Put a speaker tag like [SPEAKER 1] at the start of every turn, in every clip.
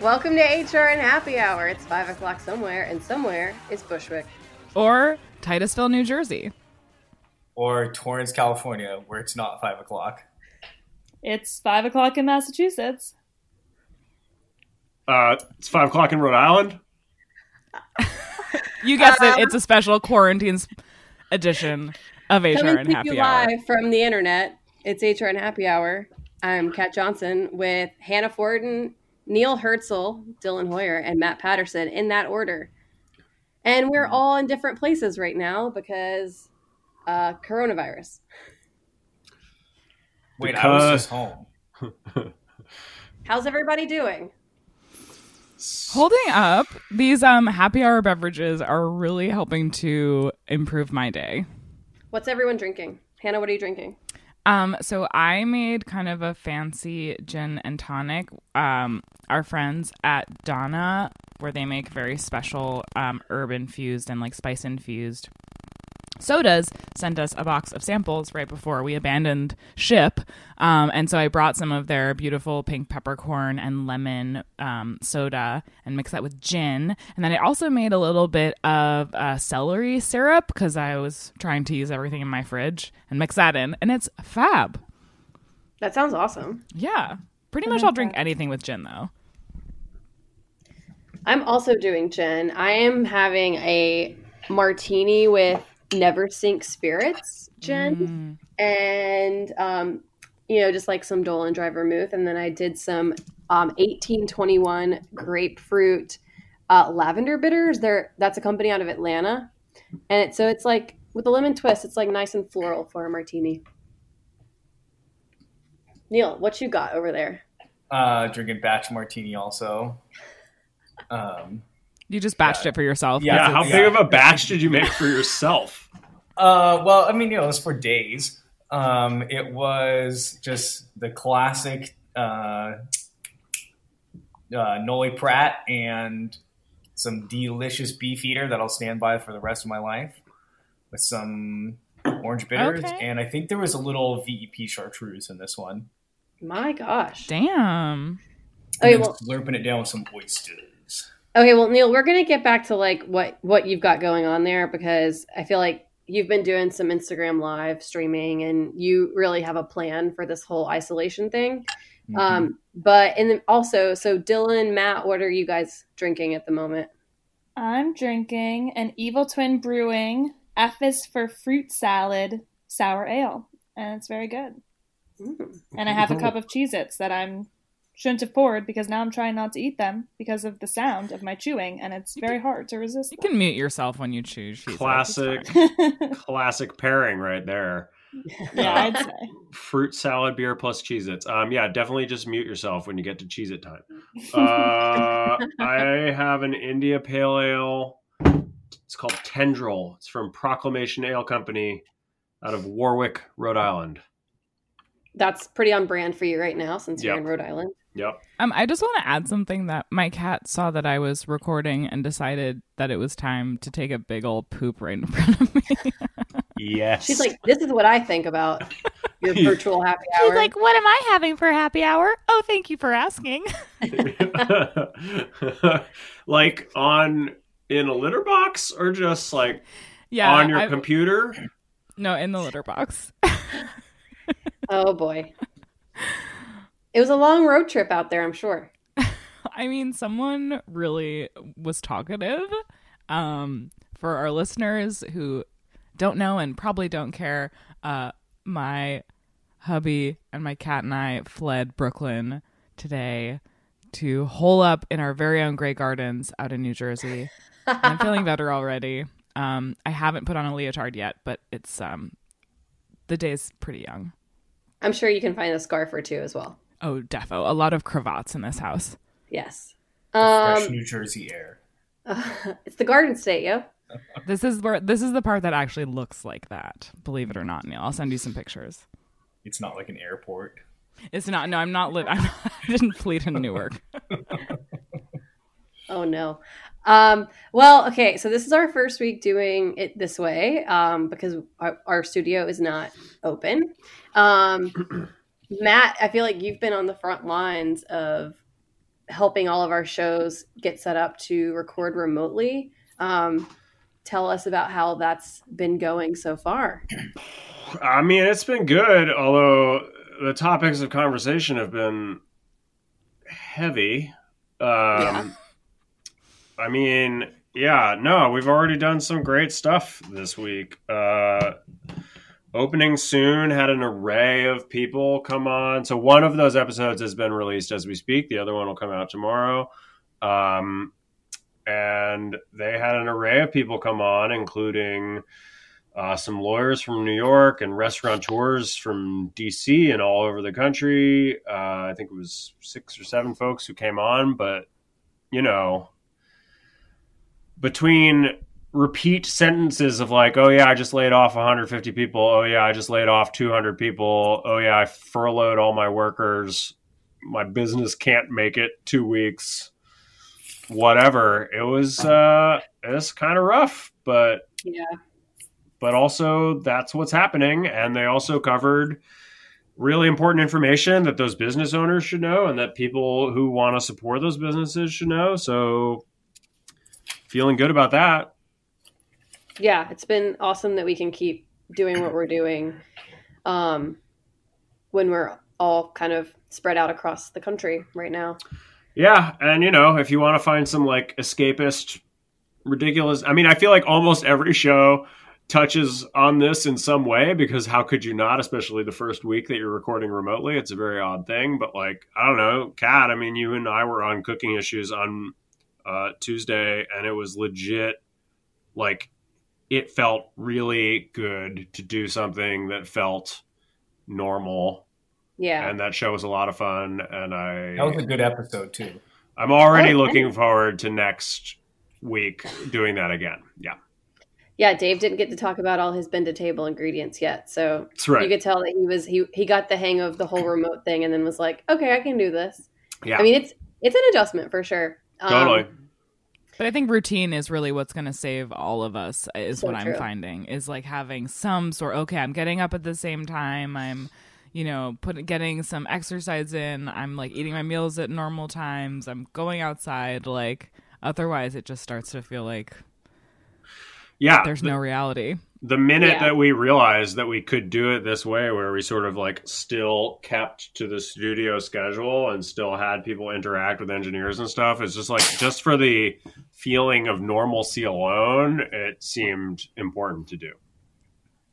[SPEAKER 1] Welcome to HR and Happy Hour. It's five o'clock somewhere, and somewhere is Bushwick.
[SPEAKER 2] or Titusville, New Jersey.
[SPEAKER 3] or Torrance, California, where it's not five o'clock.
[SPEAKER 4] It's five o'clock in Massachusetts.
[SPEAKER 5] Uh, it's five o'clock in Rhode Island.
[SPEAKER 2] You guessed
[SPEAKER 1] Um,
[SPEAKER 2] it. It's a special quarantine s- edition of HR
[SPEAKER 1] Coming
[SPEAKER 2] and
[SPEAKER 1] to you
[SPEAKER 2] Happy Hour.
[SPEAKER 1] live from the internet. It's HR and Happy Hour. I'm Kat Johnson with Hannah Forden, Neil Herzl, Dylan Hoyer, and Matt Patterson in that order. And we're all in different places right now because uh, coronavirus.
[SPEAKER 3] Wait, I was
[SPEAKER 5] Because-
[SPEAKER 3] just home.
[SPEAKER 1] How's everybody doing?
[SPEAKER 2] Holding up, these um happy hour beverages are really helping to improve my day.
[SPEAKER 1] What's everyone drinking? Hannah, what are you drinking?
[SPEAKER 2] Um, so I made kind of a fancy gin and tonic. Um, our friends at Donna, where they make very special um, herb infused and like spice infused sodas, sent us a box of samples right before we abandoned ship. Um, and so I brought some of their beautiful pink peppercorn and lemon um, soda and mixed that with gin. And then I also made a little bit of uh, celery syrup because I was trying to use everything in my fridge and mix that in. And it's fab.
[SPEAKER 1] That sounds awesome.
[SPEAKER 2] Yeah. Pretty much I'll drink anything with gin though.
[SPEAKER 1] I'm also doing gin. I am having a martini with Never Sink Spirits gin and, um, you know, just like some Dolan Dry vermouth. And then I did some um, 1821 grapefruit uh, lavender bitters. They're, that's a company out of Atlanta. And it, so it's like with a lemon twist, it's like nice and floral for a martini. Neil, what you got over there?
[SPEAKER 3] Uh, drinking batch martini also. Um,
[SPEAKER 2] You just batched it for yourself.
[SPEAKER 3] Yeah,
[SPEAKER 5] Yeah, how
[SPEAKER 3] yeah.
[SPEAKER 5] big of a batch did you make for yourself?
[SPEAKER 3] uh, well, I mean, you know, it was for days. Um, it was just the classic uh, uh, Noli Pratt and some delicious beef eater that I'll stand by for the rest of my life with some orange bitters.
[SPEAKER 2] Okay.
[SPEAKER 3] And I think there was a little VEP chartreuse in this one.
[SPEAKER 1] My gosh.
[SPEAKER 2] Damn.
[SPEAKER 1] Okay,
[SPEAKER 3] And
[SPEAKER 1] well-
[SPEAKER 3] slurping it down with some oysters.
[SPEAKER 1] Okay, well, Neil, we're gonna get back to like what what you've got going on there because I feel like you've been doing some Instagram live streaming and you really have a plan for this whole isolation thing.
[SPEAKER 2] Mm-hmm.
[SPEAKER 1] Um, but and then also, so Dylan, Matt, what are you guys drinking at the moment?
[SPEAKER 4] I'm drinking an Evil Twin Brewing F is for fruit salad sour ale, and it's very good.
[SPEAKER 5] Mm.
[SPEAKER 4] And I have a cup of Cheez Its that I'm shouldn't have poured because now I'm trying not to eat them because of the sound of my chewing, and it's very hard to resist.
[SPEAKER 2] You can mute yourself when you choose. She's like, it's
[SPEAKER 5] Classic,
[SPEAKER 2] fine.
[SPEAKER 4] them.
[SPEAKER 5] classic pairing right there.
[SPEAKER 4] yeah, I'd say.
[SPEAKER 5] Fruit salad, beer plus Cheez Its. Um, yeah, definitely just mute yourself when you get to Cheez It time. Uh, I have an India Pale Ale. It's called Tendril. It's from Proclamation Ale Company out of Warwick, Rhode Island.
[SPEAKER 1] That's pretty on brand for you right now since you're
[SPEAKER 5] Yep.
[SPEAKER 1] in Rhode Island.
[SPEAKER 5] Yep.
[SPEAKER 2] Um, I just want to add something that my cat saw that I was recording and decided that it was time to take a big old poop right in front of me.
[SPEAKER 5] Yes.
[SPEAKER 1] She's like, this is what I think about your virtual happy hour.
[SPEAKER 2] She's like, "What am I having for happy hour?" Oh, thank you for asking.
[SPEAKER 5] like on in a litter box or just like
[SPEAKER 2] Yeah,
[SPEAKER 5] on your
[SPEAKER 2] I-
[SPEAKER 5] computer?
[SPEAKER 2] no, in the litter box.
[SPEAKER 1] oh boy. It was a long road trip out there, I'm sure.
[SPEAKER 2] I mean, someone really was talkative. Um, for our listeners who don't know and probably don't care, uh, my hubby and my cat and I fled Brooklyn today to hole up in our very own Grey Gardens out in New Jersey. And I'm feeling better already. Um, I haven't put on a leotard yet, but it's um, the day's pretty young.
[SPEAKER 1] I'm sure you can find a scarf or two as well.
[SPEAKER 2] Oh, defo, a lot of cravats in this house.
[SPEAKER 1] Yes.
[SPEAKER 3] Fresh
[SPEAKER 1] Um,
[SPEAKER 3] New Jersey air.
[SPEAKER 1] it's the Garden State, yo.
[SPEAKER 2] This is where this is the part that actually looks like that. Believe it or not, Neil. I'll send you some pictures.
[SPEAKER 3] It's not like an airport.
[SPEAKER 2] It's not. No, I'm not. Li- I'm not I didn't flee to Newark.
[SPEAKER 1] Oh no. Um, well, okay. So this is our first week doing it this way um, because our, our studio is not open. Um, Matt, I feel like you've been on the front lines of helping all of our shows get set up to record remotely. Um, tell us about how that's been going so far.
[SPEAKER 5] I mean, it's been good, although the topics of conversation have been heavy. Um, I mean, yeah, no, we've already done some great stuff this week. Uh, opening soon had an array of people come on. So one of those episodes has been released as we speak. The other one will come out tomorrow. Um, and they had an array of people come on, including uh, some lawyers from New York and restaurateurs from DC and all over the country. Uh, I think it was six or seven folks who came on, but you know, between repeat sentences of like, oh yeah, I just laid off 150 people. Oh yeah, I just laid off 200 people. Oh yeah, I furloughed all my workers. My business can't make it two weeks. Whatever. It was uh, it's kind of rough, but
[SPEAKER 1] Yeah.
[SPEAKER 5] but also that's what's happening. And they also covered really important information that those business owners should know and that people who want to support those businesses should know. So feeling good about that.
[SPEAKER 1] yeah, it's been awesome that we can keep doing what we're doing um, when we're all kind of spread out across the country right now.
[SPEAKER 5] Yeah, and you know, if you want to find some like escapist ridiculous, I mean, I feel like almost every show touches on this in some way because how could you not, especially the first week that you're recording remotely? It's a very odd thing, but like, I don't know, Kat, I mean, you and I were on cooking issues on uh Tuesday and it was legit like it felt really good to do something that felt normal
[SPEAKER 1] Yeah.
[SPEAKER 5] and that show was a lot of fun and I
[SPEAKER 3] That was a good episode too.
[SPEAKER 5] I'm
[SPEAKER 1] Okay.
[SPEAKER 5] already looking forward to next week doing that again. Yeah,
[SPEAKER 1] yeah, Dave didn't get to talk about all his bend to table ingredients yet. So
[SPEAKER 5] that's right.
[SPEAKER 1] you could tell that he was he he got the hang of the whole remote thing and then was like, "Okay, I can do this."
[SPEAKER 5] yeah,
[SPEAKER 1] I mean, it's it's an adjustment for sure. Um,
[SPEAKER 5] totally.
[SPEAKER 2] But I think routine is really what's going to save all of us. uh, Is
[SPEAKER 1] So
[SPEAKER 2] what I'm
[SPEAKER 1] true.
[SPEAKER 2] finding is like having some sort. Okay, I'm getting up at the same time. I'm, you know, put getting some exercise in. I'm like eating my meals at normal times. I'm going outside. Like otherwise, it just starts to feel like
[SPEAKER 5] yeah,
[SPEAKER 2] there's no reality.
[SPEAKER 5] the minute
[SPEAKER 1] Yeah.
[SPEAKER 5] that we realized that we could do it this way where we sort of like still kept to the studio schedule and still had people interact with engineers and stuff it's just like just for the feeling of normalcy alone it seemed important to do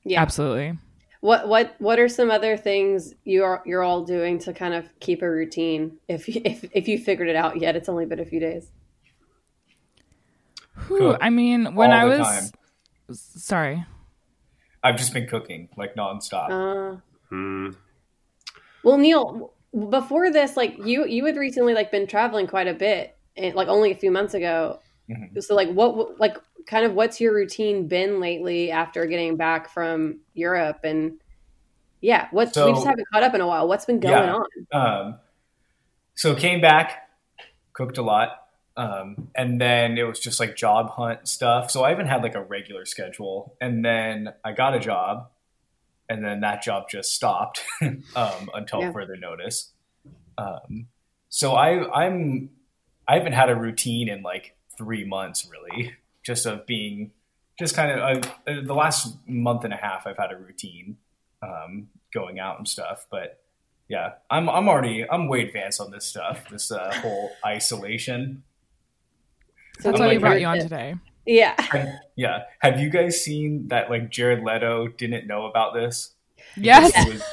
[SPEAKER 1] yeah.
[SPEAKER 2] Absolutely.
[SPEAKER 1] What what what are some other things you are you're all doing to kind of keep a routine? If you- if if you figured it out yet, it's only been a few days.
[SPEAKER 2] Whew,
[SPEAKER 3] Cook
[SPEAKER 2] I mean, when
[SPEAKER 3] all
[SPEAKER 2] I
[SPEAKER 3] the
[SPEAKER 2] was
[SPEAKER 3] time.
[SPEAKER 2] sorry,
[SPEAKER 3] I've just been cooking like nonstop.
[SPEAKER 1] Uh,
[SPEAKER 5] Hmm.
[SPEAKER 1] Well, Neil, w- before this, like you you had recently like been traveling quite a bit, and like only a few months ago.
[SPEAKER 3] Mhm.
[SPEAKER 1] So like what w- like kind of what's your routine been lately after getting back from Europe and yeah, what's we
[SPEAKER 3] So-
[SPEAKER 1] just haven't caught up in a while. What's been going
[SPEAKER 3] Yeah.
[SPEAKER 1] on?
[SPEAKER 3] Um, so came back, cooked a lot, um, and then it was just like job hunt stuff. So I even had like a regular schedule, and then I got a job, and then that job just stopped um, until
[SPEAKER 1] Yeah.
[SPEAKER 3] further notice. Um, so I I'm I haven't had a routine in like three months really, just of being just kind of I, the last month and a half I've had a routine um, going out and stuff, but yeah, I'm I'm already I'm way advanced on this stuff. This uh, whole isolation.
[SPEAKER 1] So
[SPEAKER 2] That's
[SPEAKER 3] I'm
[SPEAKER 2] why we
[SPEAKER 3] like-
[SPEAKER 2] brought you on today.
[SPEAKER 1] Yeah.
[SPEAKER 3] Yeah, have you guys seen that? Like Jared Leto didn't know about this.
[SPEAKER 2] Yes.
[SPEAKER 3] He was,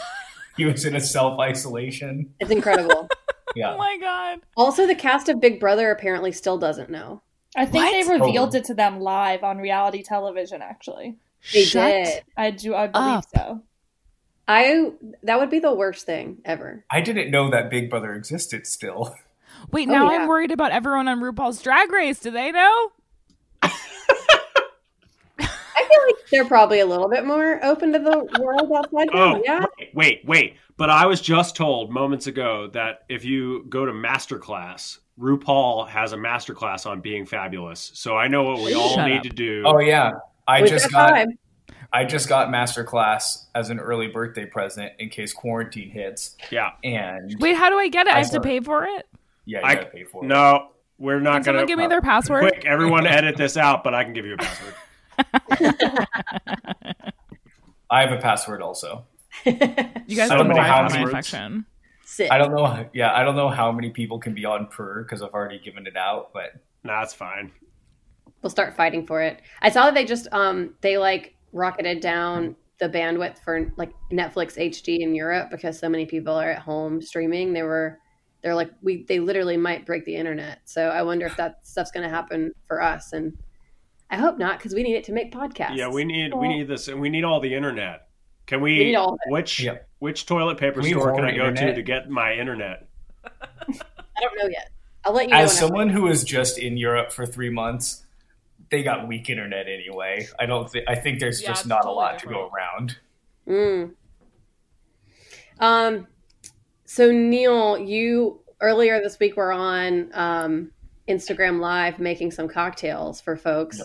[SPEAKER 3] he was in a self isolation.
[SPEAKER 1] It's incredible.
[SPEAKER 2] Oh
[SPEAKER 3] Yeah,
[SPEAKER 2] my god.
[SPEAKER 1] also, the cast of Big Brother apparently still doesn't know.
[SPEAKER 4] I think
[SPEAKER 2] What?
[SPEAKER 4] they revealed
[SPEAKER 3] Oh.
[SPEAKER 4] it to them live on reality television. Actually,
[SPEAKER 1] They
[SPEAKER 2] Shut
[SPEAKER 1] did.
[SPEAKER 4] I do.
[SPEAKER 2] Ah.
[SPEAKER 4] I believe
[SPEAKER 2] Up.
[SPEAKER 4] so.
[SPEAKER 1] I that would be the worst thing ever.
[SPEAKER 3] I didn't know that Big Brother existed. Still,
[SPEAKER 2] Wait,
[SPEAKER 1] Oh,
[SPEAKER 2] now
[SPEAKER 1] yeah.
[SPEAKER 2] I'm worried about everyone on RuPaul's Drag Race. Do they know?
[SPEAKER 1] I feel like they're probably a little bit more open to the world outside. now,
[SPEAKER 5] Oh,
[SPEAKER 1] yeah.
[SPEAKER 5] Wait, wait. But I was just told moments ago that if you go to Masterclass, RuPaul has a Masterclass on being fabulous. So I know what we all
[SPEAKER 2] Shut
[SPEAKER 5] need
[SPEAKER 2] up.
[SPEAKER 5] to do.
[SPEAKER 3] oh yeah, I
[SPEAKER 1] We've
[SPEAKER 3] just got
[SPEAKER 1] time.
[SPEAKER 3] I just got MasterClass as an early birthday present in case quarantine hits,
[SPEAKER 5] yeah.
[SPEAKER 3] and
[SPEAKER 2] Wait, how do I get it? I,
[SPEAKER 3] I
[SPEAKER 2] have to
[SPEAKER 3] saw
[SPEAKER 2] pay for it.
[SPEAKER 3] yeah, you
[SPEAKER 5] I-
[SPEAKER 3] gotta pay for it.
[SPEAKER 5] No, we're not
[SPEAKER 2] Can someone
[SPEAKER 5] going
[SPEAKER 2] give me their password?
[SPEAKER 5] Quick, everyone edit this out, but I can give you a password.
[SPEAKER 3] I have a password also.
[SPEAKER 2] You guys
[SPEAKER 5] So
[SPEAKER 2] don't
[SPEAKER 5] many
[SPEAKER 2] die for my
[SPEAKER 5] passwords.
[SPEAKER 2] affection.
[SPEAKER 1] Sit.
[SPEAKER 3] I don't know. Yeah, I don't know how many people can be on per because I've already given it out. But
[SPEAKER 5] nah, it's fine.
[SPEAKER 1] We'll start fighting for it. I saw that they just um they like rocketed down the bandwidth for like Netflix HD in Europe because so many people are at home streaming. They were they're like we they literally might break the internet. So I wonder if that stuff's going to happen for us and I hope not because we need it to make podcasts.
[SPEAKER 5] Yeah, we need we
[SPEAKER 4] Well-
[SPEAKER 5] need this, and we need all the internet. Can we?
[SPEAKER 1] We need all of
[SPEAKER 5] which
[SPEAKER 3] Yeah.
[SPEAKER 5] which toilet paper
[SPEAKER 3] We need
[SPEAKER 5] store
[SPEAKER 3] all
[SPEAKER 5] can
[SPEAKER 3] the
[SPEAKER 5] I go to
[SPEAKER 3] internet.
[SPEAKER 5] to get my internet?
[SPEAKER 1] I don't know yet. I'll let you know.
[SPEAKER 3] as
[SPEAKER 1] when I-
[SPEAKER 3] someone who was just in Europe for three months, they got weak internet anyway. I don't. Th- I think there's
[SPEAKER 2] Yeah,
[SPEAKER 3] just
[SPEAKER 2] it's
[SPEAKER 3] not
[SPEAKER 2] totally
[SPEAKER 3] a lot to
[SPEAKER 2] different.
[SPEAKER 3] go around.
[SPEAKER 1] Mm. Um, so Neil, you earlier this week were on um, Instagram Live making some cocktails for folks,
[SPEAKER 3] Yeah.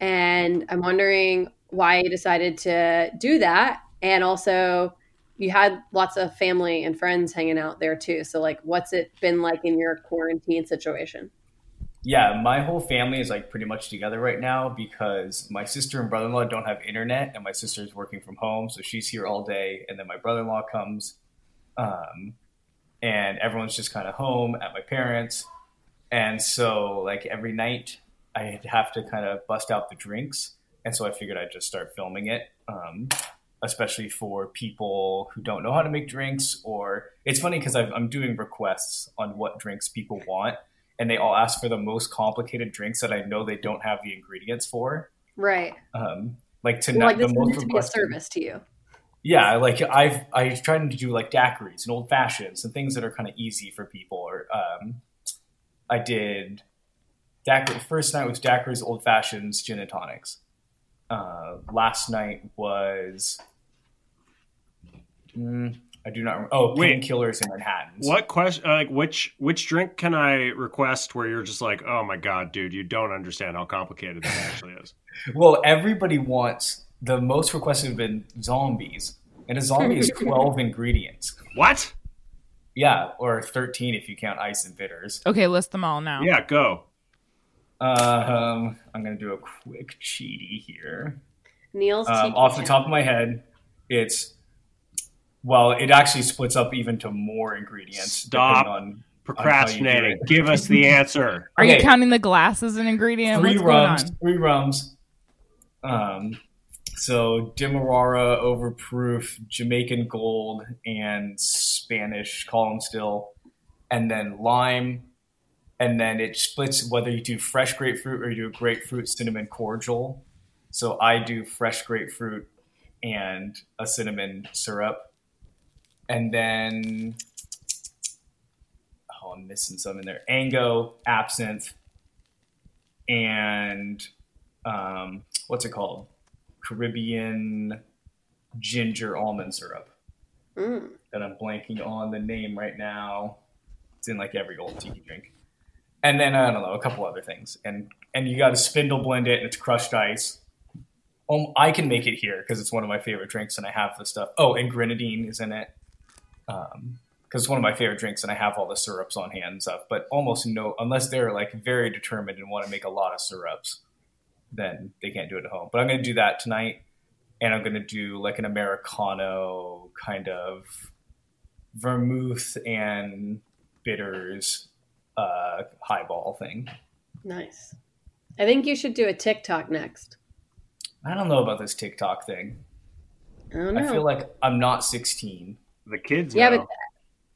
[SPEAKER 1] and I'm wondering why you decided to do that, and also you had lots of family and friends hanging out there too. So, like, what's it been like in your quarantine situation?
[SPEAKER 3] Yeah, my whole family is like pretty much together right now because my sister and brother in law don't have internet, and my sister's working from home, so she's here all day. And then my brother in law comes, um, and everyone's just kind of home at my parents. And so, like every night, I have to kind of bust out the drinks, and so I figured I'd just start filming it, um, especially for people who don't know how to make drinks. Or it's funny because I'm doing requests on what drinks people want and they all ask for the most complicated drinks that I know they don't have the ingredients for.
[SPEAKER 1] Right,
[SPEAKER 3] Um, like tonight,
[SPEAKER 1] like this
[SPEAKER 3] the most
[SPEAKER 1] needs to be a
[SPEAKER 3] requested-
[SPEAKER 1] service to you.
[SPEAKER 3] Yeah, like I've I've tried to do like daiquiris and old fashions and things that are kind of easy for people. Or um, I did daiquiri. First night was daiquiris, old fashions, gin and tonics. Uh, last night was. Mm, I do not remember. Oh,
[SPEAKER 5] Wait.
[SPEAKER 3] painkillers in Manhattan.
[SPEAKER 5] What question? uh, Like which which drink can I request? Where you're just like, oh my god, dude, you don't understand how complicated that actually is.
[SPEAKER 3] Well, everybody wants the most requested have been zombies, and a zombie is twelve ingredients.
[SPEAKER 5] What?
[SPEAKER 3] Yeah, or thirteen if you count ice and bitters.
[SPEAKER 2] Okay, list them all
[SPEAKER 1] Oh.
[SPEAKER 2] now.
[SPEAKER 5] Yeah, go.
[SPEAKER 3] Um, I'm gonna do a quick cheaty here.
[SPEAKER 1] Neil's
[SPEAKER 3] Um,
[SPEAKER 1] teaching
[SPEAKER 3] off the
[SPEAKER 1] him.
[SPEAKER 3] top of my head, it's well, it actually splits up even to more ingredients. depending
[SPEAKER 5] Stop
[SPEAKER 3] on
[SPEAKER 5] Procrastinating.
[SPEAKER 3] I'll tell
[SPEAKER 5] Give us the answer.
[SPEAKER 2] Are you
[SPEAKER 3] Okay.
[SPEAKER 2] counting the glass as an ingredient?
[SPEAKER 3] three
[SPEAKER 2] What's going on?
[SPEAKER 3] rums, three rums. Um, so Demerara, Overproof, Jamaican Gold, and Spanish Column Still, and then lime, and then it splits whether you do fresh grapefruit or you do a grapefruit cinnamon cordial. So I do fresh grapefruit and a cinnamon syrup, and then oh, I'm missing some in there: ango, absinthe, and um, what's it called? Caribbean ginger almond syrup.
[SPEAKER 1] Mm.
[SPEAKER 3] That I'm blanking on the name right now. It's in like every old tiki drink. And then I don't know a couple other things, and and you got to spindle blend it, and it's crushed ice. Um, I can make it here because it's one of my favorite drinks, and I have the stuff. Oh, and grenadine is in it because it's one of my favorite drinks, and I have all the syrups on hand and stuff. But almost no, unless they're like very determined and want to make a lot of syrups, then they can't do it at home. But I'm going to do that tonight, and I'm going to do like an americano kind of vermouth and bitters uh, highball thing.
[SPEAKER 1] Nice. I think you should do a TikTok next.
[SPEAKER 3] I don't know about this TikTok thing.
[SPEAKER 1] I don't know.
[SPEAKER 3] I feel like I'm not 16.
[SPEAKER 5] The kids.
[SPEAKER 1] yeah,
[SPEAKER 5] know.
[SPEAKER 1] but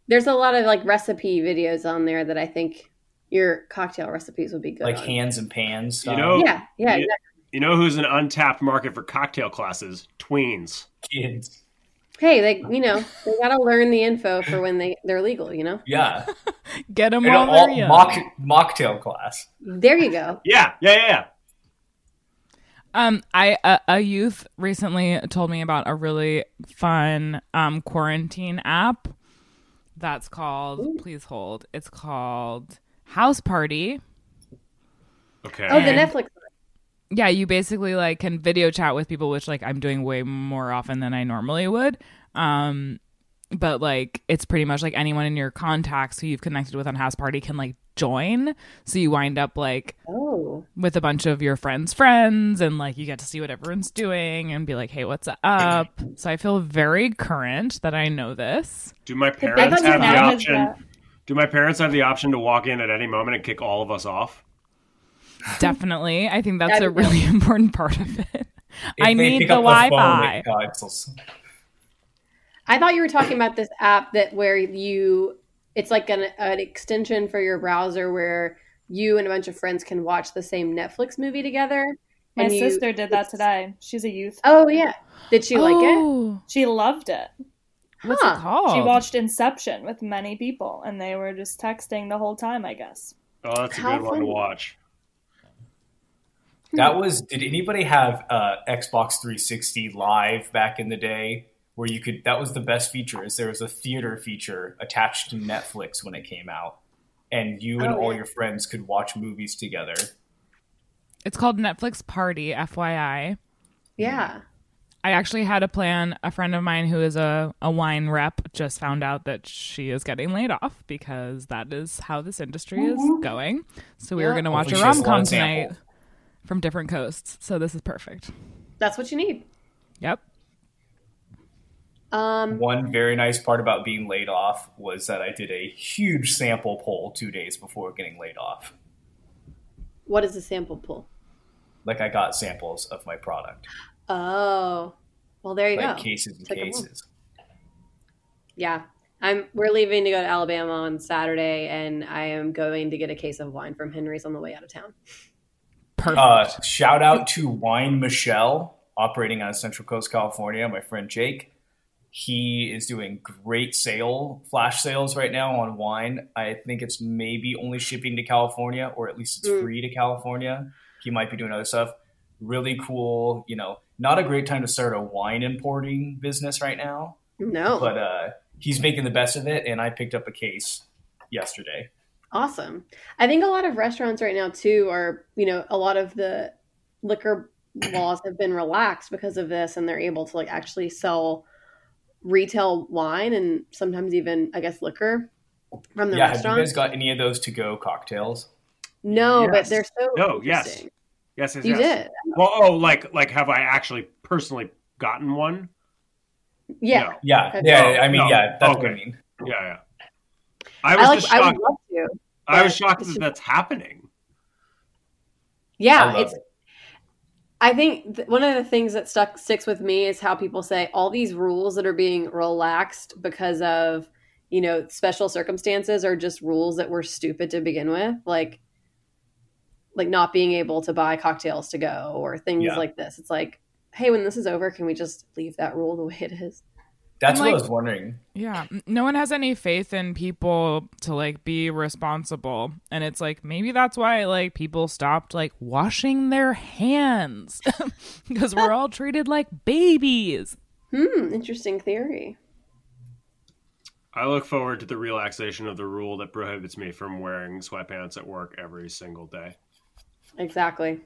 [SPEAKER 1] there's a lot of like recipe videos on there that I think your cocktail recipes would be good.
[SPEAKER 3] Like
[SPEAKER 1] on.
[SPEAKER 3] hands and pans. uh, style.
[SPEAKER 5] You know-
[SPEAKER 1] yeah, yeah,
[SPEAKER 5] Yeah.
[SPEAKER 1] exactly.
[SPEAKER 5] you know who's an untapped market for cocktail classes? Tweens.
[SPEAKER 3] kids.
[SPEAKER 1] Hey, they you know they gotta learn the info for when they they're legal. You know,
[SPEAKER 3] Yeah,
[SPEAKER 2] Get them
[SPEAKER 3] you
[SPEAKER 2] while
[SPEAKER 3] know,
[SPEAKER 2] they're
[SPEAKER 3] all
[SPEAKER 2] young.
[SPEAKER 3] mock mocktail class.
[SPEAKER 1] there you go.
[SPEAKER 5] Yeah, yeah, yeah. yeah.
[SPEAKER 2] Um, I a a youth recently told me about a really fun um quarantine app that's called. Please hold. It's called House Party.
[SPEAKER 5] Okay.
[SPEAKER 1] Oh, the
[SPEAKER 2] And-
[SPEAKER 1] Netflix.
[SPEAKER 2] Yeah, you basically like can video chat with people, which like I'm doing way more often than I normally would. Um, but like it's pretty much like anyone in your contacts who you've connected with on House Party can like join. So you wind up like
[SPEAKER 1] Oh,
[SPEAKER 2] with a bunch of your friends' friends, and like you get to see what everyone's doing and be like, hey, what's up? So I feel very current that I know this.
[SPEAKER 5] Do my
[SPEAKER 4] The
[SPEAKER 5] parents
[SPEAKER 4] big
[SPEAKER 5] have the
[SPEAKER 4] now is
[SPEAKER 5] option?
[SPEAKER 4] that-
[SPEAKER 5] Do my parents have the option to walk in at any moment and kick all of us off?
[SPEAKER 2] Definitely. I think that's a
[SPEAKER 1] That'd be
[SPEAKER 2] really important part of it.
[SPEAKER 3] If
[SPEAKER 2] I
[SPEAKER 3] they
[SPEAKER 2] need
[SPEAKER 3] pick
[SPEAKER 2] the
[SPEAKER 3] up
[SPEAKER 2] Wi
[SPEAKER 3] phone,
[SPEAKER 2] Fi.
[SPEAKER 3] it goggles.
[SPEAKER 1] I thought you were talking about this app that where you it's like an an extension for your browser where you and a bunch of friends can watch the same Netflix movie together.
[SPEAKER 4] My
[SPEAKER 1] and you-
[SPEAKER 4] sister did that today. She's a youth.
[SPEAKER 1] Oh yeah, did she like
[SPEAKER 4] Oh.
[SPEAKER 1] it?
[SPEAKER 4] She loved it.
[SPEAKER 2] Oh, What's
[SPEAKER 1] Huh.
[SPEAKER 2] it called?
[SPEAKER 4] She watched Inception with many people, and they were just texting the whole time, I guess.
[SPEAKER 5] Oh, that's a
[SPEAKER 1] How
[SPEAKER 5] good one to
[SPEAKER 1] funny.
[SPEAKER 5] watch.
[SPEAKER 3] That was. Did anybody have uh, Xbox 360 Live back in the day, where you could? That was the best feature. Is there was a theater feature attached to Netflix when it came out, and you and
[SPEAKER 1] Oh,
[SPEAKER 3] all
[SPEAKER 1] yeah.
[SPEAKER 3] your friends could watch movies together.
[SPEAKER 2] It's called Netflix Party, FYI.
[SPEAKER 1] Yeah.
[SPEAKER 2] I actually had a plan. A friend of mine who is a, a wine rep just found out that she is getting laid off because that is how this industry is going. So we were
[SPEAKER 1] Yeah.
[SPEAKER 2] going to watch a
[SPEAKER 3] Hopefully she has
[SPEAKER 2] rom
[SPEAKER 3] one
[SPEAKER 2] com
[SPEAKER 3] example.
[SPEAKER 2] tonight from different coasts. So this is perfect.
[SPEAKER 1] That's what you need.
[SPEAKER 2] Yep.
[SPEAKER 1] Um,
[SPEAKER 3] One very nice part about being laid off was that I did a huge sample poll two days before getting laid off.
[SPEAKER 1] what is the sample pool?
[SPEAKER 3] Like I got samples of my product,
[SPEAKER 1] Oh, well, there you
[SPEAKER 3] like
[SPEAKER 1] go.
[SPEAKER 3] cases and
[SPEAKER 1] Took 'em all.
[SPEAKER 3] cases.
[SPEAKER 1] Yeah, I'm. We're leaving to go to Alabama on Saturday, and I am going to get a case of wine from Henry's on the way out of town.
[SPEAKER 2] Perfect.
[SPEAKER 3] Uh, shout out to Wine Michelle, operating out of Central Coast, California. My friend Jake, he is doing great sale flash sales right now on wine. I think it's maybe only shipping to California, or at least it's
[SPEAKER 1] Mm.
[SPEAKER 3] free to California. He might be doing other stuff. Really cool, you know. Not a great time to start a wine importing business right now,
[SPEAKER 1] No,
[SPEAKER 3] but uh, he's making the best of it. And I picked up a case yesterday.
[SPEAKER 1] Awesome. I think a lot of restaurants right now too are, you know, a lot of the liquor laws have been relaxed because of this and they're able to like actually sell retail wine and sometimes even I guess liquor from the
[SPEAKER 3] Yeah, have you
[SPEAKER 1] restaurant.
[SPEAKER 3] guys got any of those to go cocktails?
[SPEAKER 1] no,
[SPEAKER 5] Yes.
[SPEAKER 1] but they're so
[SPEAKER 5] No, yes.
[SPEAKER 1] interesting.
[SPEAKER 5] Yes, yes,
[SPEAKER 1] You
[SPEAKER 5] yes.
[SPEAKER 1] did.
[SPEAKER 5] Well, oh, like like have I actually personally gotten one?
[SPEAKER 1] Yeah.
[SPEAKER 5] No.
[SPEAKER 3] Yeah,
[SPEAKER 1] That's-
[SPEAKER 3] yeah. I mean,
[SPEAKER 5] No.
[SPEAKER 3] yeah, that's what I
[SPEAKER 5] Okay.
[SPEAKER 3] mean.
[SPEAKER 5] Yeah, yeah. I was
[SPEAKER 1] I like
[SPEAKER 5] just
[SPEAKER 1] I would
[SPEAKER 5] shocked.
[SPEAKER 1] love to.
[SPEAKER 5] I, was
[SPEAKER 1] that.
[SPEAKER 5] shocked that that's happening.
[SPEAKER 3] I
[SPEAKER 1] Yeah,
[SPEAKER 3] love
[SPEAKER 1] it's I think th- one of the things that stuck sticks with me is how people say all these rules that are being relaxed because of you know special circumstances are just rules that were stupid to begin with, like like not being able to buy cocktails to go or things
[SPEAKER 3] Yeah.
[SPEAKER 1] like this. It's like, hey, when this is over, can we just leave that rule the way it is?
[SPEAKER 3] That's
[SPEAKER 2] I'm
[SPEAKER 3] what I
[SPEAKER 2] like-
[SPEAKER 3] was wondering.
[SPEAKER 2] Yeah, n- no one has any faith in people to like be responsible. And it's like maybe that's why like people stopped like washing their hands because we're all treated like babies.
[SPEAKER 1] Hmm, interesting theory.
[SPEAKER 5] I look forward to the relaxation of the rule that prohibits me from wearing sweatpants at work every single day.
[SPEAKER 1] Exactly.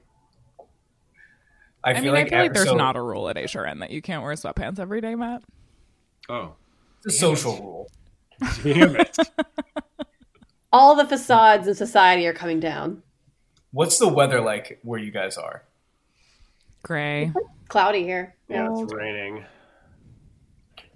[SPEAKER 2] I, mean, I feel like e-
[SPEAKER 3] ev-
[SPEAKER 2] there's
[SPEAKER 3] so-
[SPEAKER 2] not a rule at HRN that you can't wear sweatpants every day, Matt.
[SPEAKER 5] Oh,
[SPEAKER 3] it's a social rule.
[SPEAKER 5] damn it.
[SPEAKER 1] All the facades in society are coming down.
[SPEAKER 3] What's the weather like where you guys are?
[SPEAKER 2] Gray.
[SPEAKER 1] Cloudy here.
[SPEAKER 5] Yeah, it's raining.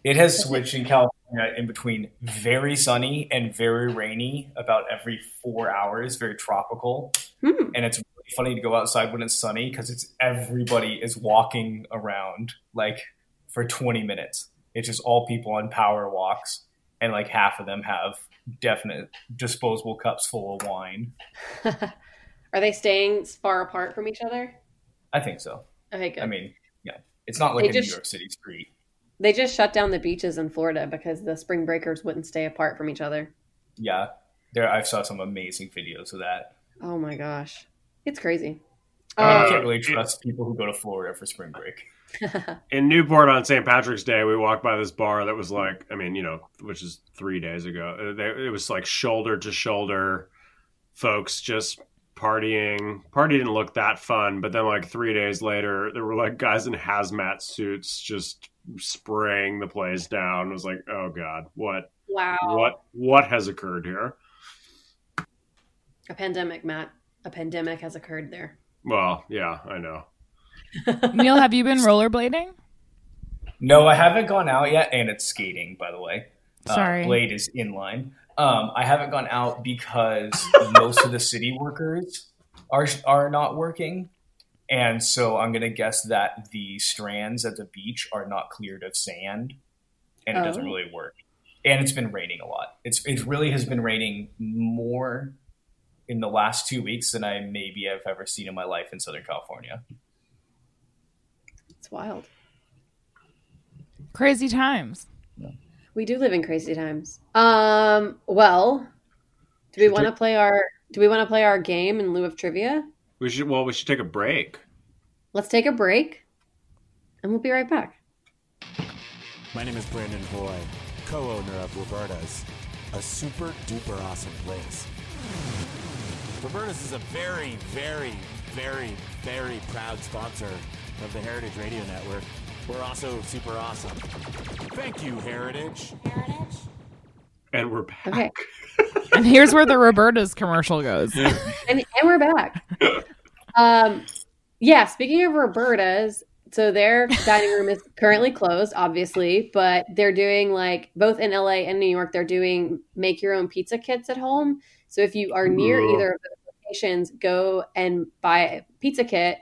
[SPEAKER 3] It has switched in California in between very sunny and very rainy about every four hours, very tropical.
[SPEAKER 1] Hmm.
[SPEAKER 3] And it's really funny to go outside when it's sunny because it's everybody is walking around like for 20 minutes. It's just all people on power walks, and like half of them have definite disposable cups full of wine.
[SPEAKER 1] Are they staying far apart from each other?
[SPEAKER 3] I think so.
[SPEAKER 1] Okay, good.
[SPEAKER 3] I mean, yeah, it's not like
[SPEAKER 1] They
[SPEAKER 3] a
[SPEAKER 1] just-
[SPEAKER 3] New York City street.
[SPEAKER 1] they just shut down the beaches in Florida because the spring breakers wouldn't stay apart from each other.
[SPEAKER 3] Yeah, there I saw some amazing videos of that.
[SPEAKER 1] Oh my gosh, it's crazy. Oh,
[SPEAKER 3] I
[SPEAKER 5] Uh,
[SPEAKER 3] can't really
[SPEAKER 5] it-
[SPEAKER 3] trust people who go to Florida for spring break.
[SPEAKER 5] In Newport on St. Patrick's Day, we walked by this bar that was like, I mean, you know, which is three days ago. Uh, they- It was like shoulder to shoulder, folks just partying. Party didn't look that fun, but then like three days later, there were like guys in hazmat suits just spraying the place down. It was like, oh god, what,
[SPEAKER 1] wow,
[SPEAKER 5] what, what has occurred here?
[SPEAKER 1] a pandemic, Matt. A pandemic has occurred there.
[SPEAKER 5] Well, yeah, I know.
[SPEAKER 2] Neil, have you been rollerblading?
[SPEAKER 3] No, I haven't gone out yet, and it's skating, by the way. Uh,
[SPEAKER 2] Sorry.
[SPEAKER 3] Blade is inline. Um, I haven't gone out because most of the city workers are are not working, and so I'm gonna guess that the strands at the beach are not cleared of sand, and it doesn't
[SPEAKER 1] Oh.
[SPEAKER 3] really work. And it's been raining a lot. It's it really has been raining more in the last two weeks than I maybe have ever seen in my life in Southern California.
[SPEAKER 1] It's wild.
[SPEAKER 2] Crazy times.
[SPEAKER 1] We do live in crazy times. Um, well, do we want to play our do we want to play our game in lieu of trivia?
[SPEAKER 5] We should. Well, we should take a break.
[SPEAKER 1] Let's take a break, and we'll be right back.
[SPEAKER 6] My name is Brandon Boy, co owner of Roberta's, a super duper awesome place. Roberta's is a very, very, very, very proud sponsor of the Heritage Radio Network. We're also super awesome. Thank you, Heritage.
[SPEAKER 5] And we're back.
[SPEAKER 1] Okay,
[SPEAKER 2] And here's where the Roberta's commercial goes.
[SPEAKER 1] and, and we're back. Um, yeah. Speaking of Roberta's, so their dining room is currently closed, obviously, but they're doing like both in LA and New York, they're doing make your own pizza kits at home. So if you are near
[SPEAKER 5] Ooh.
[SPEAKER 1] either of those locations, go and buy a pizza kit.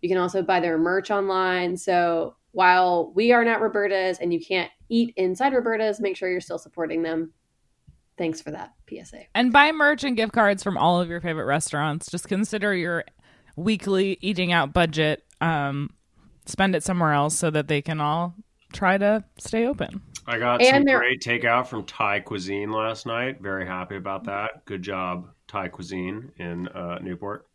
[SPEAKER 1] You can also buy their merch online. So while we are not Roberta's and you can't eat inside Roberta's, make sure you're still supporting them. Thanks for that PSA.
[SPEAKER 2] and buy merch and gift cards from all of your favorite restaurants. Just consider your weekly eating out budget. Um, spend it somewhere else so that they can all try to stay open.
[SPEAKER 5] I got
[SPEAKER 1] And
[SPEAKER 5] some
[SPEAKER 1] there-
[SPEAKER 5] great takeout from Thai cuisine last night. Very happy about that. Good job, Thai cuisine in uh, Newport.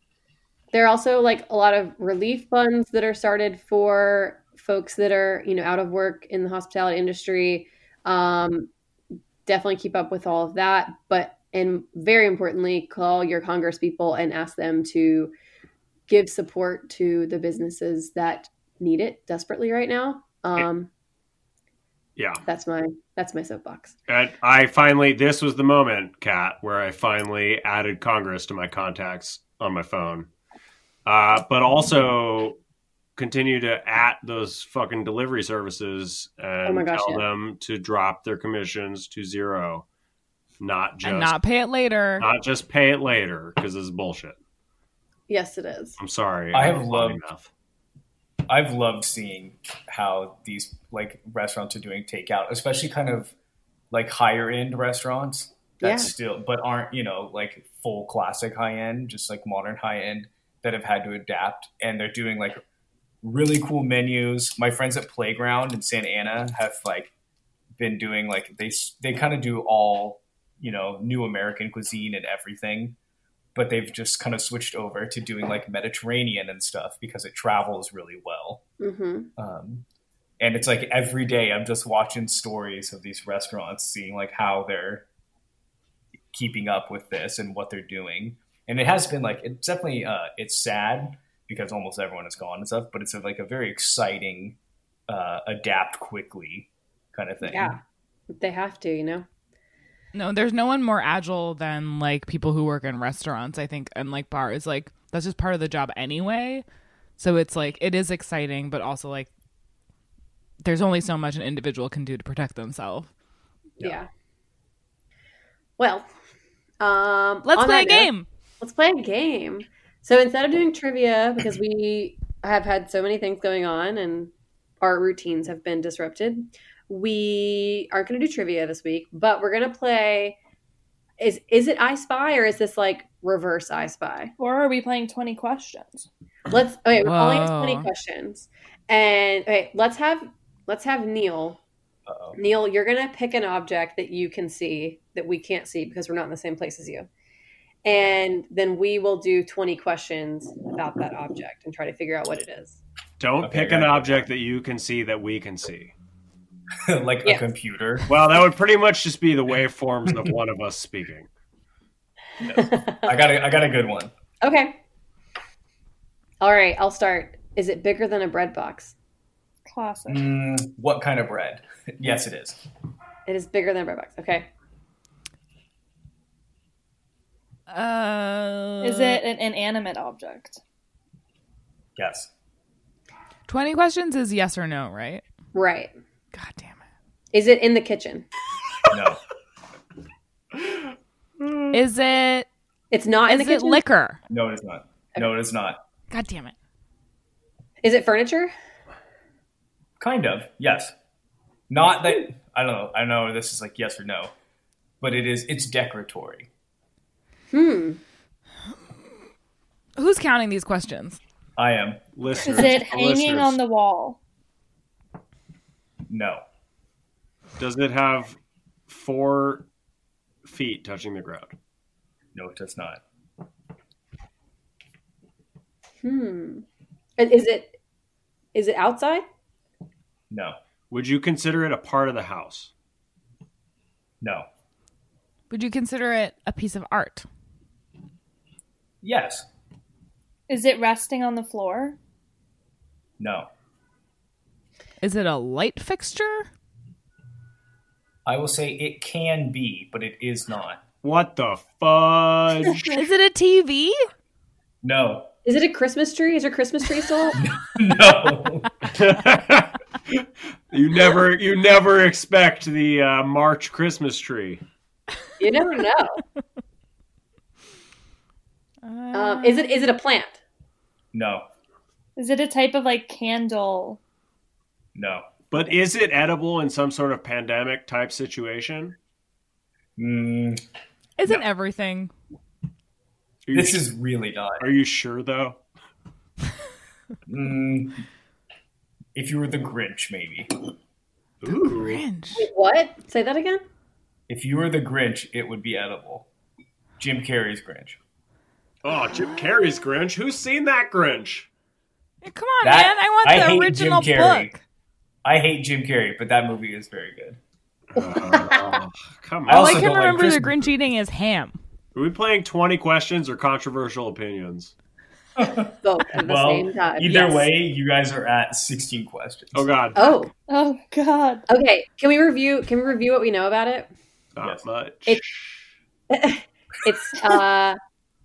[SPEAKER 1] There are also like a lot of relief funds that are started for folks that are, you know, out of work in the hospitality industry. Um, definitely keep up with all of that. But, and very importantly, call your Congress people and ask them to give support to the businesses that need it desperately right now. Um,
[SPEAKER 5] Yeah,
[SPEAKER 1] that's my, that's my soapbox.
[SPEAKER 5] and I finally this was the moment, Kat, where I finally added Congress to my contacts on my phone. Uh, but also continue to at those fucking delivery services and
[SPEAKER 1] Oh my gosh,
[SPEAKER 5] tell
[SPEAKER 1] yeah.
[SPEAKER 5] them to drop their commissions to zero, not just
[SPEAKER 2] and not pay it later.
[SPEAKER 5] not just pay it later because it's bullshit.
[SPEAKER 1] Yes, it is.
[SPEAKER 5] I'm sorry.
[SPEAKER 3] I
[SPEAKER 5] I'm
[SPEAKER 3] have
[SPEAKER 5] not
[SPEAKER 3] loved-
[SPEAKER 5] enough.
[SPEAKER 3] I've loved seeing how these like restaurants are doing takeout, especially kind of like higher end restaurants that
[SPEAKER 1] Yeah.
[SPEAKER 3] still but aren't, you know, like full classic high end, just like modern high end that have had to adapt and they're doing like really cool menus. My friends at Playground in Santa Ana have like been doing like they s- they kind of do all, you know, new American cuisine and everything. But they've just kind of switched over to doing like Mediterranean and stuff because it travels really well
[SPEAKER 1] hmm
[SPEAKER 3] um, and it's like every day I'm just watching stories of these restaurants, seeing like how they're keeping up with this and what they're doing. And it has been like it's definitely uh, it's sad because almost everyone is gone and stuff, but it's a, like a very exciting uh, adapt quickly kind of thing.
[SPEAKER 1] Yeah. They have to, you know?
[SPEAKER 2] No, there's no one more agile than like people who work in restaurants, I think, and like bars. Like that's just part of the job anyway. So it's like it is exciting, but also like there's only so much an individual can do to protect themselves.
[SPEAKER 1] Yeah. Well, um,
[SPEAKER 2] Let's
[SPEAKER 1] on
[SPEAKER 2] play a
[SPEAKER 1] that note-
[SPEAKER 2] game.
[SPEAKER 1] let's play a game. So instead of doing trivia, because we have had so many things going on and our routines have been disrupted, we aren't going to do trivia this week, but we're going to play. Is is it I Spy or is this like reverse I Spy?
[SPEAKER 4] Or are we playing 20 questions?
[SPEAKER 1] Let's okay, we're only
[SPEAKER 2] Whoa.
[SPEAKER 1] twenty questions, and okay, let's have let's have Neil.
[SPEAKER 3] Uh-oh.
[SPEAKER 1] Neil, you're gonna pick an object that you can see that we can't see because we're not in the same place as you, and then we will do twenty questions about that object and try to figure out what it is.
[SPEAKER 5] Don't
[SPEAKER 3] Okay,
[SPEAKER 5] pick
[SPEAKER 3] I
[SPEAKER 5] an
[SPEAKER 3] got it.
[SPEAKER 5] object that you can see that we can see.
[SPEAKER 3] like
[SPEAKER 1] Yeah.
[SPEAKER 3] a computer.
[SPEAKER 5] Well, that would pretty much just be the waveforms of one of us speaking.
[SPEAKER 3] I got a, I got a good one.
[SPEAKER 1] Okay. All right, I'll start. Is it bigger than a bread box?
[SPEAKER 4] Classic.
[SPEAKER 3] Mm, what kind of bread? Yes, it is.
[SPEAKER 1] It is bigger than a bread box. Okay.
[SPEAKER 2] Uh,
[SPEAKER 4] Is it an inanimate object?
[SPEAKER 3] Yes.
[SPEAKER 2] twenty questions? Is yes or no? Right?
[SPEAKER 1] Right.
[SPEAKER 2] God damn it!
[SPEAKER 1] Is it in the kitchen?
[SPEAKER 3] No.
[SPEAKER 2] Is it?
[SPEAKER 1] It's not in
[SPEAKER 2] Is
[SPEAKER 1] the
[SPEAKER 2] it
[SPEAKER 1] kitchen.
[SPEAKER 2] liquor?
[SPEAKER 3] No, it is not. No, it is not.
[SPEAKER 2] God damn it!
[SPEAKER 1] is it furniture?
[SPEAKER 3] Kind of. Yes. Not that I don't know. I don't know. if This is like yes or no, but it is. It's decoratory.
[SPEAKER 1] Hmm.
[SPEAKER 2] Who's counting these questions?
[SPEAKER 3] I am
[SPEAKER 5] Listeners,
[SPEAKER 4] Is it hanging
[SPEAKER 5] listeners,
[SPEAKER 4] on the wall?
[SPEAKER 3] no.
[SPEAKER 5] Does it have four feet touching the ground?
[SPEAKER 3] No, it does not.
[SPEAKER 1] Hmm. And Is it is it outside?
[SPEAKER 3] No.
[SPEAKER 5] Would you consider it a part of the house?
[SPEAKER 3] No.
[SPEAKER 2] Would you consider it a piece of art?
[SPEAKER 3] Yes.
[SPEAKER 4] Is it resting on the floor?
[SPEAKER 3] No.
[SPEAKER 2] Is it a light fixture?
[SPEAKER 3] I will say it can be, but it is not.
[SPEAKER 5] What the fudge?
[SPEAKER 2] Is it a TV?
[SPEAKER 3] No.
[SPEAKER 1] Is it a Christmas tree? Is your Christmas tree still? up?
[SPEAKER 3] No.
[SPEAKER 5] you never, you never expect the uh, March Christmas tree.
[SPEAKER 1] you never know. Um, is it is it a plant?
[SPEAKER 3] no.
[SPEAKER 4] Is it a type of like candle?
[SPEAKER 3] No.
[SPEAKER 5] But is it edible in some sort of pandemic type situation?
[SPEAKER 3] Mm,
[SPEAKER 2] Is it everything?
[SPEAKER 5] Are you,
[SPEAKER 3] this
[SPEAKER 5] su-
[SPEAKER 3] is really not.
[SPEAKER 5] are you sure though?
[SPEAKER 3] Mm, if you were the Grinch, maybe.
[SPEAKER 5] Ooh.
[SPEAKER 2] Grinch.
[SPEAKER 1] Uh, What? Say that again.
[SPEAKER 3] If you were the Grinch, it would be edible. Jim Carrey's Grinch.
[SPEAKER 5] Oh, Jim Carrey's Grinch. Who's seen that Grinch?
[SPEAKER 2] Come on,
[SPEAKER 3] That-
[SPEAKER 2] man! I want
[SPEAKER 3] I
[SPEAKER 2] the
[SPEAKER 3] hate
[SPEAKER 2] original
[SPEAKER 3] Jim Carrey.
[SPEAKER 2] book.
[SPEAKER 3] I hate Jim Carrey, but that movie is very good.
[SPEAKER 5] Oh, come
[SPEAKER 3] I
[SPEAKER 2] All
[SPEAKER 5] on.
[SPEAKER 2] I
[SPEAKER 3] also
[SPEAKER 2] can
[SPEAKER 3] don't like
[SPEAKER 2] remember the
[SPEAKER 3] Christmas.
[SPEAKER 2] Grinch eating is ham.
[SPEAKER 5] Are we playing 20 questions or controversial opinions?
[SPEAKER 1] Both at the
[SPEAKER 3] well,
[SPEAKER 1] same time.
[SPEAKER 3] either
[SPEAKER 1] Yes.
[SPEAKER 3] way, you guys are at 16 questions.
[SPEAKER 5] Oh, God.
[SPEAKER 1] Oh,
[SPEAKER 4] Oh God!
[SPEAKER 1] okay. Can we review? Can we review what we know about it?
[SPEAKER 5] Not
[SPEAKER 3] Yes.
[SPEAKER 5] much.
[SPEAKER 1] It- It's uh,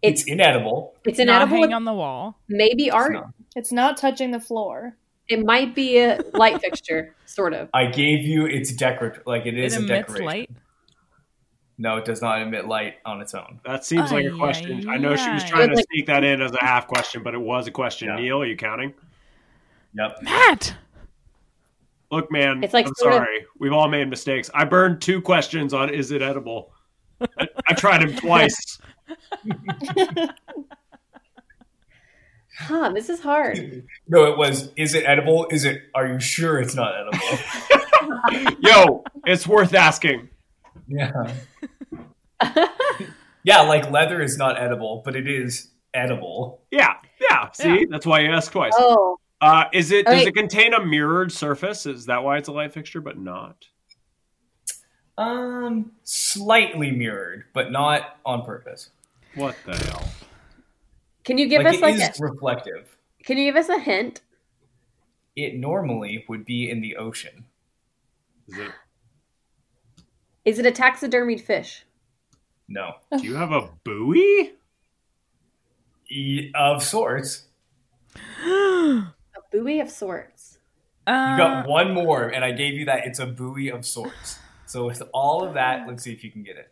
[SPEAKER 3] It's
[SPEAKER 1] it's
[SPEAKER 3] inedible.
[SPEAKER 1] it's
[SPEAKER 2] Not
[SPEAKER 1] an edible.
[SPEAKER 2] hanging
[SPEAKER 1] With
[SPEAKER 2] on the wall.
[SPEAKER 1] maybe art.
[SPEAKER 3] not.
[SPEAKER 4] It's not touching the floor.
[SPEAKER 1] It might be a light fixture, sort of.
[SPEAKER 3] I gave you it's decorative. Like it
[SPEAKER 2] It
[SPEAKER 3] is a
[SPEAKER 2] emits
[SPEAKER 3] decoration.
[SPEAKER 2] light.
[SPEAKER 3] No, it does not emit light on its own.
[SPEAKER 5] that seems like a
[SPEAKER 2] Ay,
[SPEAKER 5] question.
[SPEAKER 2] ay,
[SPEAKER 5] I know she was
[SPEAKER 2] ay.
[SPEAKER 5] trying to
[SPEAKER 1] Like-
[SPEAKER 5] sneak that in as a half question, but it was a question.
[SPEAKER 3] Yeah.
[SPEAKER 5] Neil, are you counting?
[SPEAKER 3] Yep.
[SPEAKER 2] Matt,
[SPEAKER 5] Look, man,
[SPEAKER 1] It's like
[SPEAKER 5] I'm
[SPEAKER 1] sort of-
[SPEAKER 5] sorry. We've all made mistakes. I burned two questions on is it edible? I, I tried him twice.
[SPEAKER 1] Huh. This is hard.
[SPEAKER 3] No, it was. Is it edible? Is it? Are you sure it's not edible?
[SPEAKER 5] Yo, it's worth asking.
[SPEAKER 3] yeah. yeah, like leather is not edible, but it is edible.
[SPEAKER 5] Yeah, yeah. See, that's why you asked twice.
[SPEAKER 1] Oh,
[SPEAKER 5] Uh, is it?
[SPEAKER 1] All
[SPEAKER 5] Does
[SPEAKER 1] right.
[SPEAKER 5] it contain a mirrored surface? Is that why it's a light fixture, but not?
[SPEAKER 3] Um, slightly mirrored, but not on purpose.
[SPEAKER 5] What the hell?
[SPEAKER 1] Can you give
[SPEAKER 3] like
[SPEAKER 1] us like
[SPEAKER 3] it
[SPEAKER 1] a,
[SPEAKER 3] is reflective.
[SPEAKER 1] Can you give us a hint?
[SPEAKER 3] It normally would be in the ocean.
[SPEAKER 5] Is it?
[SPEAKER 1] Is it a taxidermied fish?
[SPEAKER 3] No,
[SPEAKER 5] Do you have a buoy?
[SPEAKER 3] E- of sorts.
[SPEAKER 1] A buoy of sorts.
[SPEAKER 3] You
[SPEAKER 2] Uh,
[SPEAKER 3] got one more, and I gave you that. It's a buoy of sorts. So with all of that, let's see if you can get it.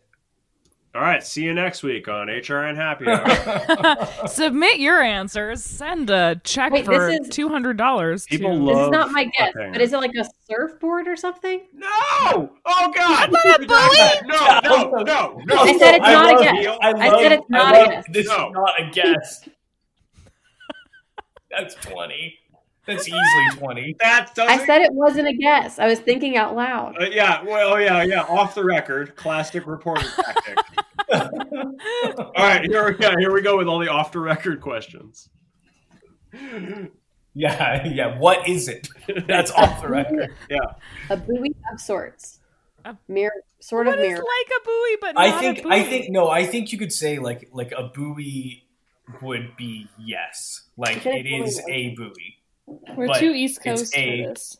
[SPEAKER 5] All right. See you next week on HRN Happy Hour.
[SPEAKER 2] submit your answers. Send a check
[SPEAKER 1] Wait,
[SPEAKER 2] for
[SPEAKER 1] this is-
[SPEAKER 2] two hundred dollars.
[SPEAKER 5] People
[SPEAKER 2] to...
[SPEAKER 5] love-
[SPEAKER 1] This is not my
[SPEAKER 5] Love
[SPEAKER 1] guess,
[SPEAKER 5] flipping.
[SPEAKER 1] but is it like a surfboard or something?
[SPEAKER 5] no! Oh God! No! No! No! No!
[SPEAKER 1] I said it's
[SPEAKER 3] I
[SPEAKER 1] not a
[SPEAKER 3] love-
[SPEAKER 1] guess.
[SPEAKER 3] I,
[SPEAKER 1] I
[SPEAKER 3] love-
[SPEAKER 1] said it's
[SPEAKER 3] I
[SPEAKER 1] not a
[SPEAKER 3] love-
[SPEAKER 1] guess.
[SPEAKER 3] This
[SPEAKER 5] No.
[SPEAKER 3] is not a guess. That's twenty. That's easily twenty.
[SPEAKER 5] That doesn't.
[SPEAKER 1] I said it wasn't a guess. I was thinking out loud.
[SPEAKER 5] Uh, yeah, well, yeah, yeah. Off the record, classic reporter tactic. all right, here, yeah, here we go with all the off the record questions.
[SPEAKER 3] Yeah, yeah. What is it? That's off the record.
[SPEAKER 5] Yeah,
[SPEAKER 1] A buoy of sorts.
[SPEAKER 2] A-
[SPEAKER 1] Mirror, sort
[SPEAKER 2] What
[SPEAKER 1] of
[SPEAKER 2] is
[SPEAKER 1] mirror.
[SPEAKER 2] like a buoy, but not
[SPEAKER 3] I
[SPEAKER 2] a
[SPEAKER 3] think.
[SPEAKER 2] buoy?
[SPEAKER 3] I think. No, I think you could say like like a buoy would be yes. Like
[SPEAKER 1] Okay,
[SPEAKER 3] it is a buoy.
[SPEAKER 4] We're
[SPEAKER 3] But
[SPEAKER 4] too East Coast
[SPEAKER 3] a-
[SPEAKER 4] for this.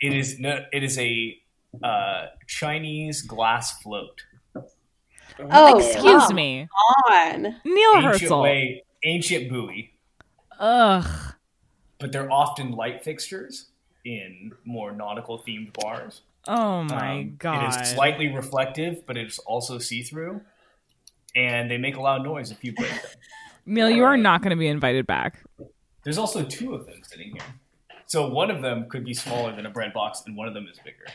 [SPEAKER 3] It is no. It is a uh, Chinese glass float.
[SPEAKER 1] oh,
[SPEAKER 2] Excuse
[SPEAKER 1] come
[SPEAKER 2] me,
[SPEAKER 1] On.
[SPEAKER 2] Neil
[SPEAKER 3] Ancient
[SPEAKER 2] Herzl.
[SPEAKER 3] way. Ancient buoy,
[SPEAKER 2] Ugh.
[SPEAKER 3] but they're often light fixtures in more nautical themed bars.
[SPEAKER 2] Oh my
[SPEAKER 3] Um,
[SPEAKER 2] god.
[SPEAKER 3] It is slightly reflective, but it is also see through, and they make a loud noise if you break them.
[SPEAKER 2] Neil, you are not going to be invited back.
[SPEAKER 3] There's also two of them sitting here. So one of them could be smaller than a bread box, and one of them is bigger.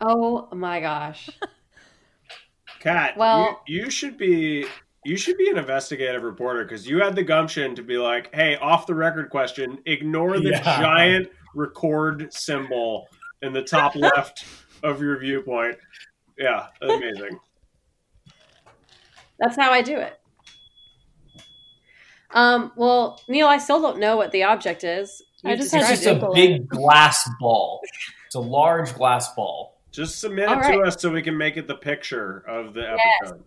[SPEAKER 1] Oh my gosh.
[SPEAKER 5] Kat,
[SPEAKER 1] Well-
[SPEAKER 5] you, you should be you should be an investigative reporter because you had the gumption to be like, "Hey, off the record question. Ignore the
[SPEAKER 3] Yeah.
[SPEAKER 5] giant record symbol in the top left of your viewpoint." Yeah, amazing.
[SPEAKER 1] That's how I do it. Um, well, Neil, I still don't know what the object is.
[SPEAKER 4] I just
[SPEAKER 1] described
[SPEAKER 4] had
[SPEAKER 3] It's
[SPEAKER 4] Try
[SPEAKER 3] just a
[SPEAKER 4] Google
[SPEAKER 3] big glass ball. It's a large glass ball.
[SPEAKER 5] Just submit it
[SPEAKER 1] All
[SPEAKER 5] to
[SPEAKER 1] right.
[SPEAKER 5] us so we can make it the picture of the episode.
[SPEAKER 1] Yes.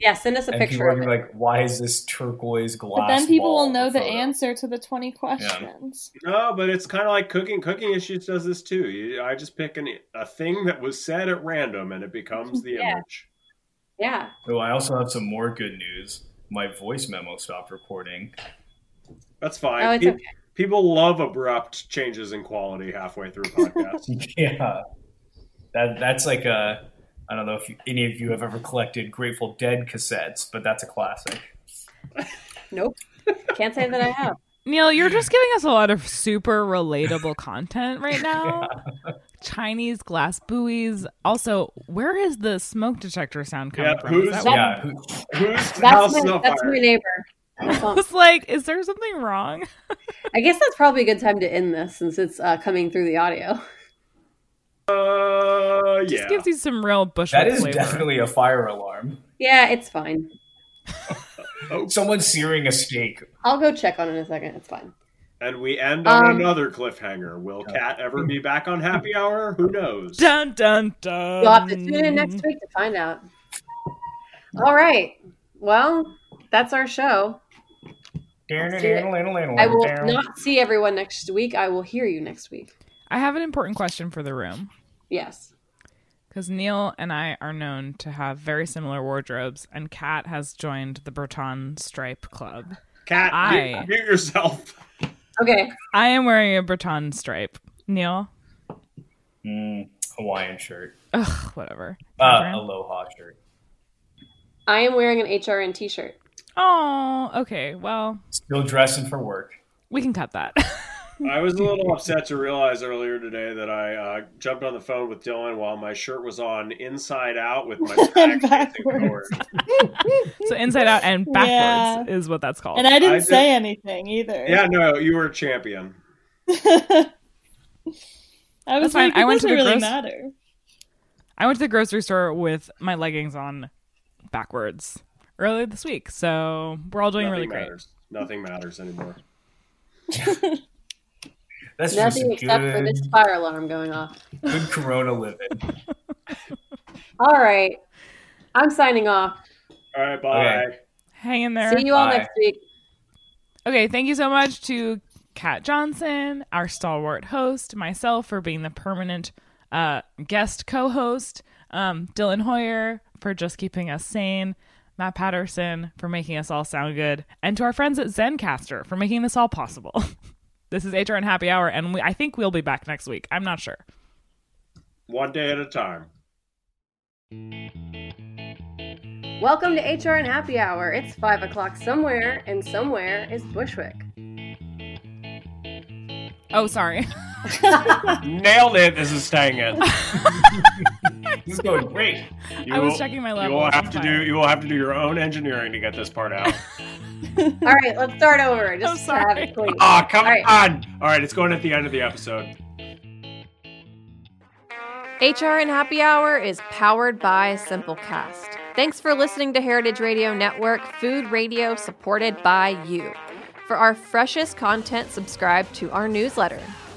[SPEAKER 1] Yeah, send us a
[SPEAKER 3] and
[SPEAKER 1] picture
[SPEAKER 3] people are
[SPEAKER 1] of
[SPEAKER 3] gonna
[SPEAKER 1] it.
[SPEAKER 3] be like, "Why is this turquoise glass?"
[SPEAKER 4] But then people
[SPEAKER 3] ball
[SPEAKER 4] will know the
[SPEAKER 3] photo?"
[SPEAKER 4] answer to the 20 questions.
[SPEAKER 5] No, but it's kind of like cooking. Cooking issues does this too. You, I just pick an, a thing that was said at random, and it becomes the
[SPEAKER 1] Yeah.
[SPEAKER 5] image.
[SPEAKER 1] Yeah.
[SPEAKER 3] Oh, I also have some more good news. My voice memo stopped recording.
[SPEAKER 5] That's fine.
[SPEAKER 1] Oh, it's
[SPEAKER 5] Pe-
[SPEAKER 1] okay.
[SPEAKER 5] People love abrupt changes in quality halfway through podcasts.
[SPEAKER 3] Yeah, that that's like a. I don't know if you, any of you have ever collected Grateful Dead cassettes, but that's a classic.
[SPEAKER 1] Nope. Can't say that I have.
[SPEAKER 2] Neil, you're
[SPEAKER 5] Mm.
[SPEAKER 2] just giving us a lot of super relatable content right now. Chinese glass buoys. Also, where is the smoke detector sound coming
[SPEAKER 5] yeah,
[SPEAKER 2] from? Is that
[SPEAKER 5] who's
[SPEAKER 2] what-
[SPEAKER 3] yeah, who-
[SPEAKER 5] who's
[SPEAKER 1] That's,
[SPEAKER 5] house
[SPEAKER 1] my,
[SPEAKER 5] on
[SPEAKER 1] that's my
[SPEAKER 5] fire?
[SPEAKER 1] neighbor. That's
[SPEAKER 2] I
[SPEAKER 1] all.
[SPEAKER 2] was like, is there something wrong?
[SPEAKER 1] I guess that's probably a good time to end this since it's uh, coming through the audio.
[SPEAKER 5] Uh,
[SPEAKER 2] Just
[SPEAKER 5] yeah.
[SPEAKER 2] gives you some real bushel
[SPEAKER 3] that is
[SPEAKER 2] flavor.
[SPEAKER 3] definitely a fire alarm.
[SPEAKER 1] Yeah, it's fine.
[SPEAKER 5] Oh,
[SPEAKER 3] Someone searing a steak.
[SPEAKER 1] I'll go check on it in a second. It's fine.
[SPEAKER 5] and we end on
[SPEAKER 1] Um,
[SPEAKER 5] another cliffhanger. Will Kat ever be back on Happy Hour? Who knows?
[SPEAKER 2] dun dun dun.
[SPEAKER 1] You'll have to tune
[SPEAKER 2] Um,
[SPEAKER 1] in next week to find out. All right. Well, that's our show. I will not see everyone next week. I will hear you next week.
[SPEAKER 2] I have an important question for the room.
[SPEAKER 1] Yes.
[SPEAKER 2] Because Neil and I are known to have very similar wardrobes, and Kat has joined the Breton Stripe Club.
[SPEAKER 5] Kat,
[SPEAKER 2] I-
[SPEAKER 5] mute, mute yourself.
[SPEAKER 1] Okay.
[SPEAKER 2] I am wearing a Breton stripe. Neil,
[SPEAKER 3] Mm, Hawaiian shirt.
[SPEAKER 2] ugh, whatever.
[SPEAKER 3] Uh, aloha shirt.
[SPEAKER 1] I am wearing an HRN t shirt.
[SPEAKER 2] Oh, okay. Well,
[SPEAKER 3] Still dressing for work.
[SPEAKER 2] we can cut that.
[SPEAKER 5] I was a little upset to realize earlier today that I uh, jumped on the phone with Dylan while my shirt was on inside out with my back facing forward.
[SPEAKER 2] so inside out and backwards is what that's called.
[SPEAKER 4] And I didn't
[SPEAKER 5] I
[SPEAKER 4] say anything either.
[SPEAKER 5] Yeah, no, you were a champion.
[SPEAKER 4] I was
[SPEAKER 2] That's fine.
[SPEAKER 4] like, it
[SPEAKER 2] I went to
[SPEAKER 4] doesn't
[SPEAKER 2] the
[SPEAKER 4] really
[SPEAKER 2] gross-
[SPEAKER 4] matter.
[SPEAKER 2] I went to the grocery store with my leggings on backwards earlier this week, so we're all doing
[SPEAKER 5] Nothing
[SPEAKER 2] really great.
[SPEAKER 5] matters. Nothing matters anymore.
[SPEAKER 3] That's
[SPEAKER 7] Nothing
[SPEAKER 3] just
[SPEAKER 7] except for
[SPEAKER 3] good,
[SPEAKER 7] this fire alarm going off.
[SPEAKER 3] good Corona living.
[SPEAKER 7] All right. I'm signing off.
[SPEAKER 5] All right, bye.
[SPEAKER 3] Okay.
[SPEAKER 2] Hang in there.
[SPEAKER 7] See you all
[SPEAKER 3] Bye.
[SPEAKER 7] next week.
[SPEAKER 2] Okay, thank you so much to Kat Johnson, our stalwart host, myself for being the permanent uh, guest co host, um, Dylan Hoyer for just keeping us sane, Matt Patterson for making us all sound good, and to our friends at Zencaster for making this all possible. this is HR and Happy Hour, and we, I think we'll be back next week. I'm not sure.
[SPEAKER 5] One day at a time.
[SPEAKER 7] Welcome to HR and Happy Hour. It's 5 o'clock somewhere, and somewhere is Bushwick.
[SPEAKER 2] Oh, sorry.
[SPEAKER 5] Nailed it. This is staying in.
[SPEAKER 3] This is going great.
[SPEAKER 5] You
[SPEAKER 2] I was
[SPEAKER 5] will-
[SPEAKER 2] checking my
[SPEAKER 5] You
[SPEAKER 2] levels.
[SPEAKER 5] will
[SPEAKER 2] I'm
[SPEAKER 5] have to do.
[SPEAKER 2] fine.
[SPEAKER 5] You will have to do your own engineering to get this part out.
[SPEAKER 7] All right, let's start over. Just
[SPEAKER 2] I'm
[SPEAKER 7] to have
[SPEAKER 2] sorry.
[SPEAKER 7] it clean.
[SPEAKER 5] Ah, come
[SPEAKER 7] All right.
[SPEAKER 5] on. All right, it's going at the end of the episode.
[SPEAKER 1] HR and Happy Hour is powered by Simplecast. Thanks for listening to Heritage Radio Network, food radio supported by you. For our freshest content, subscribe to our newsletter.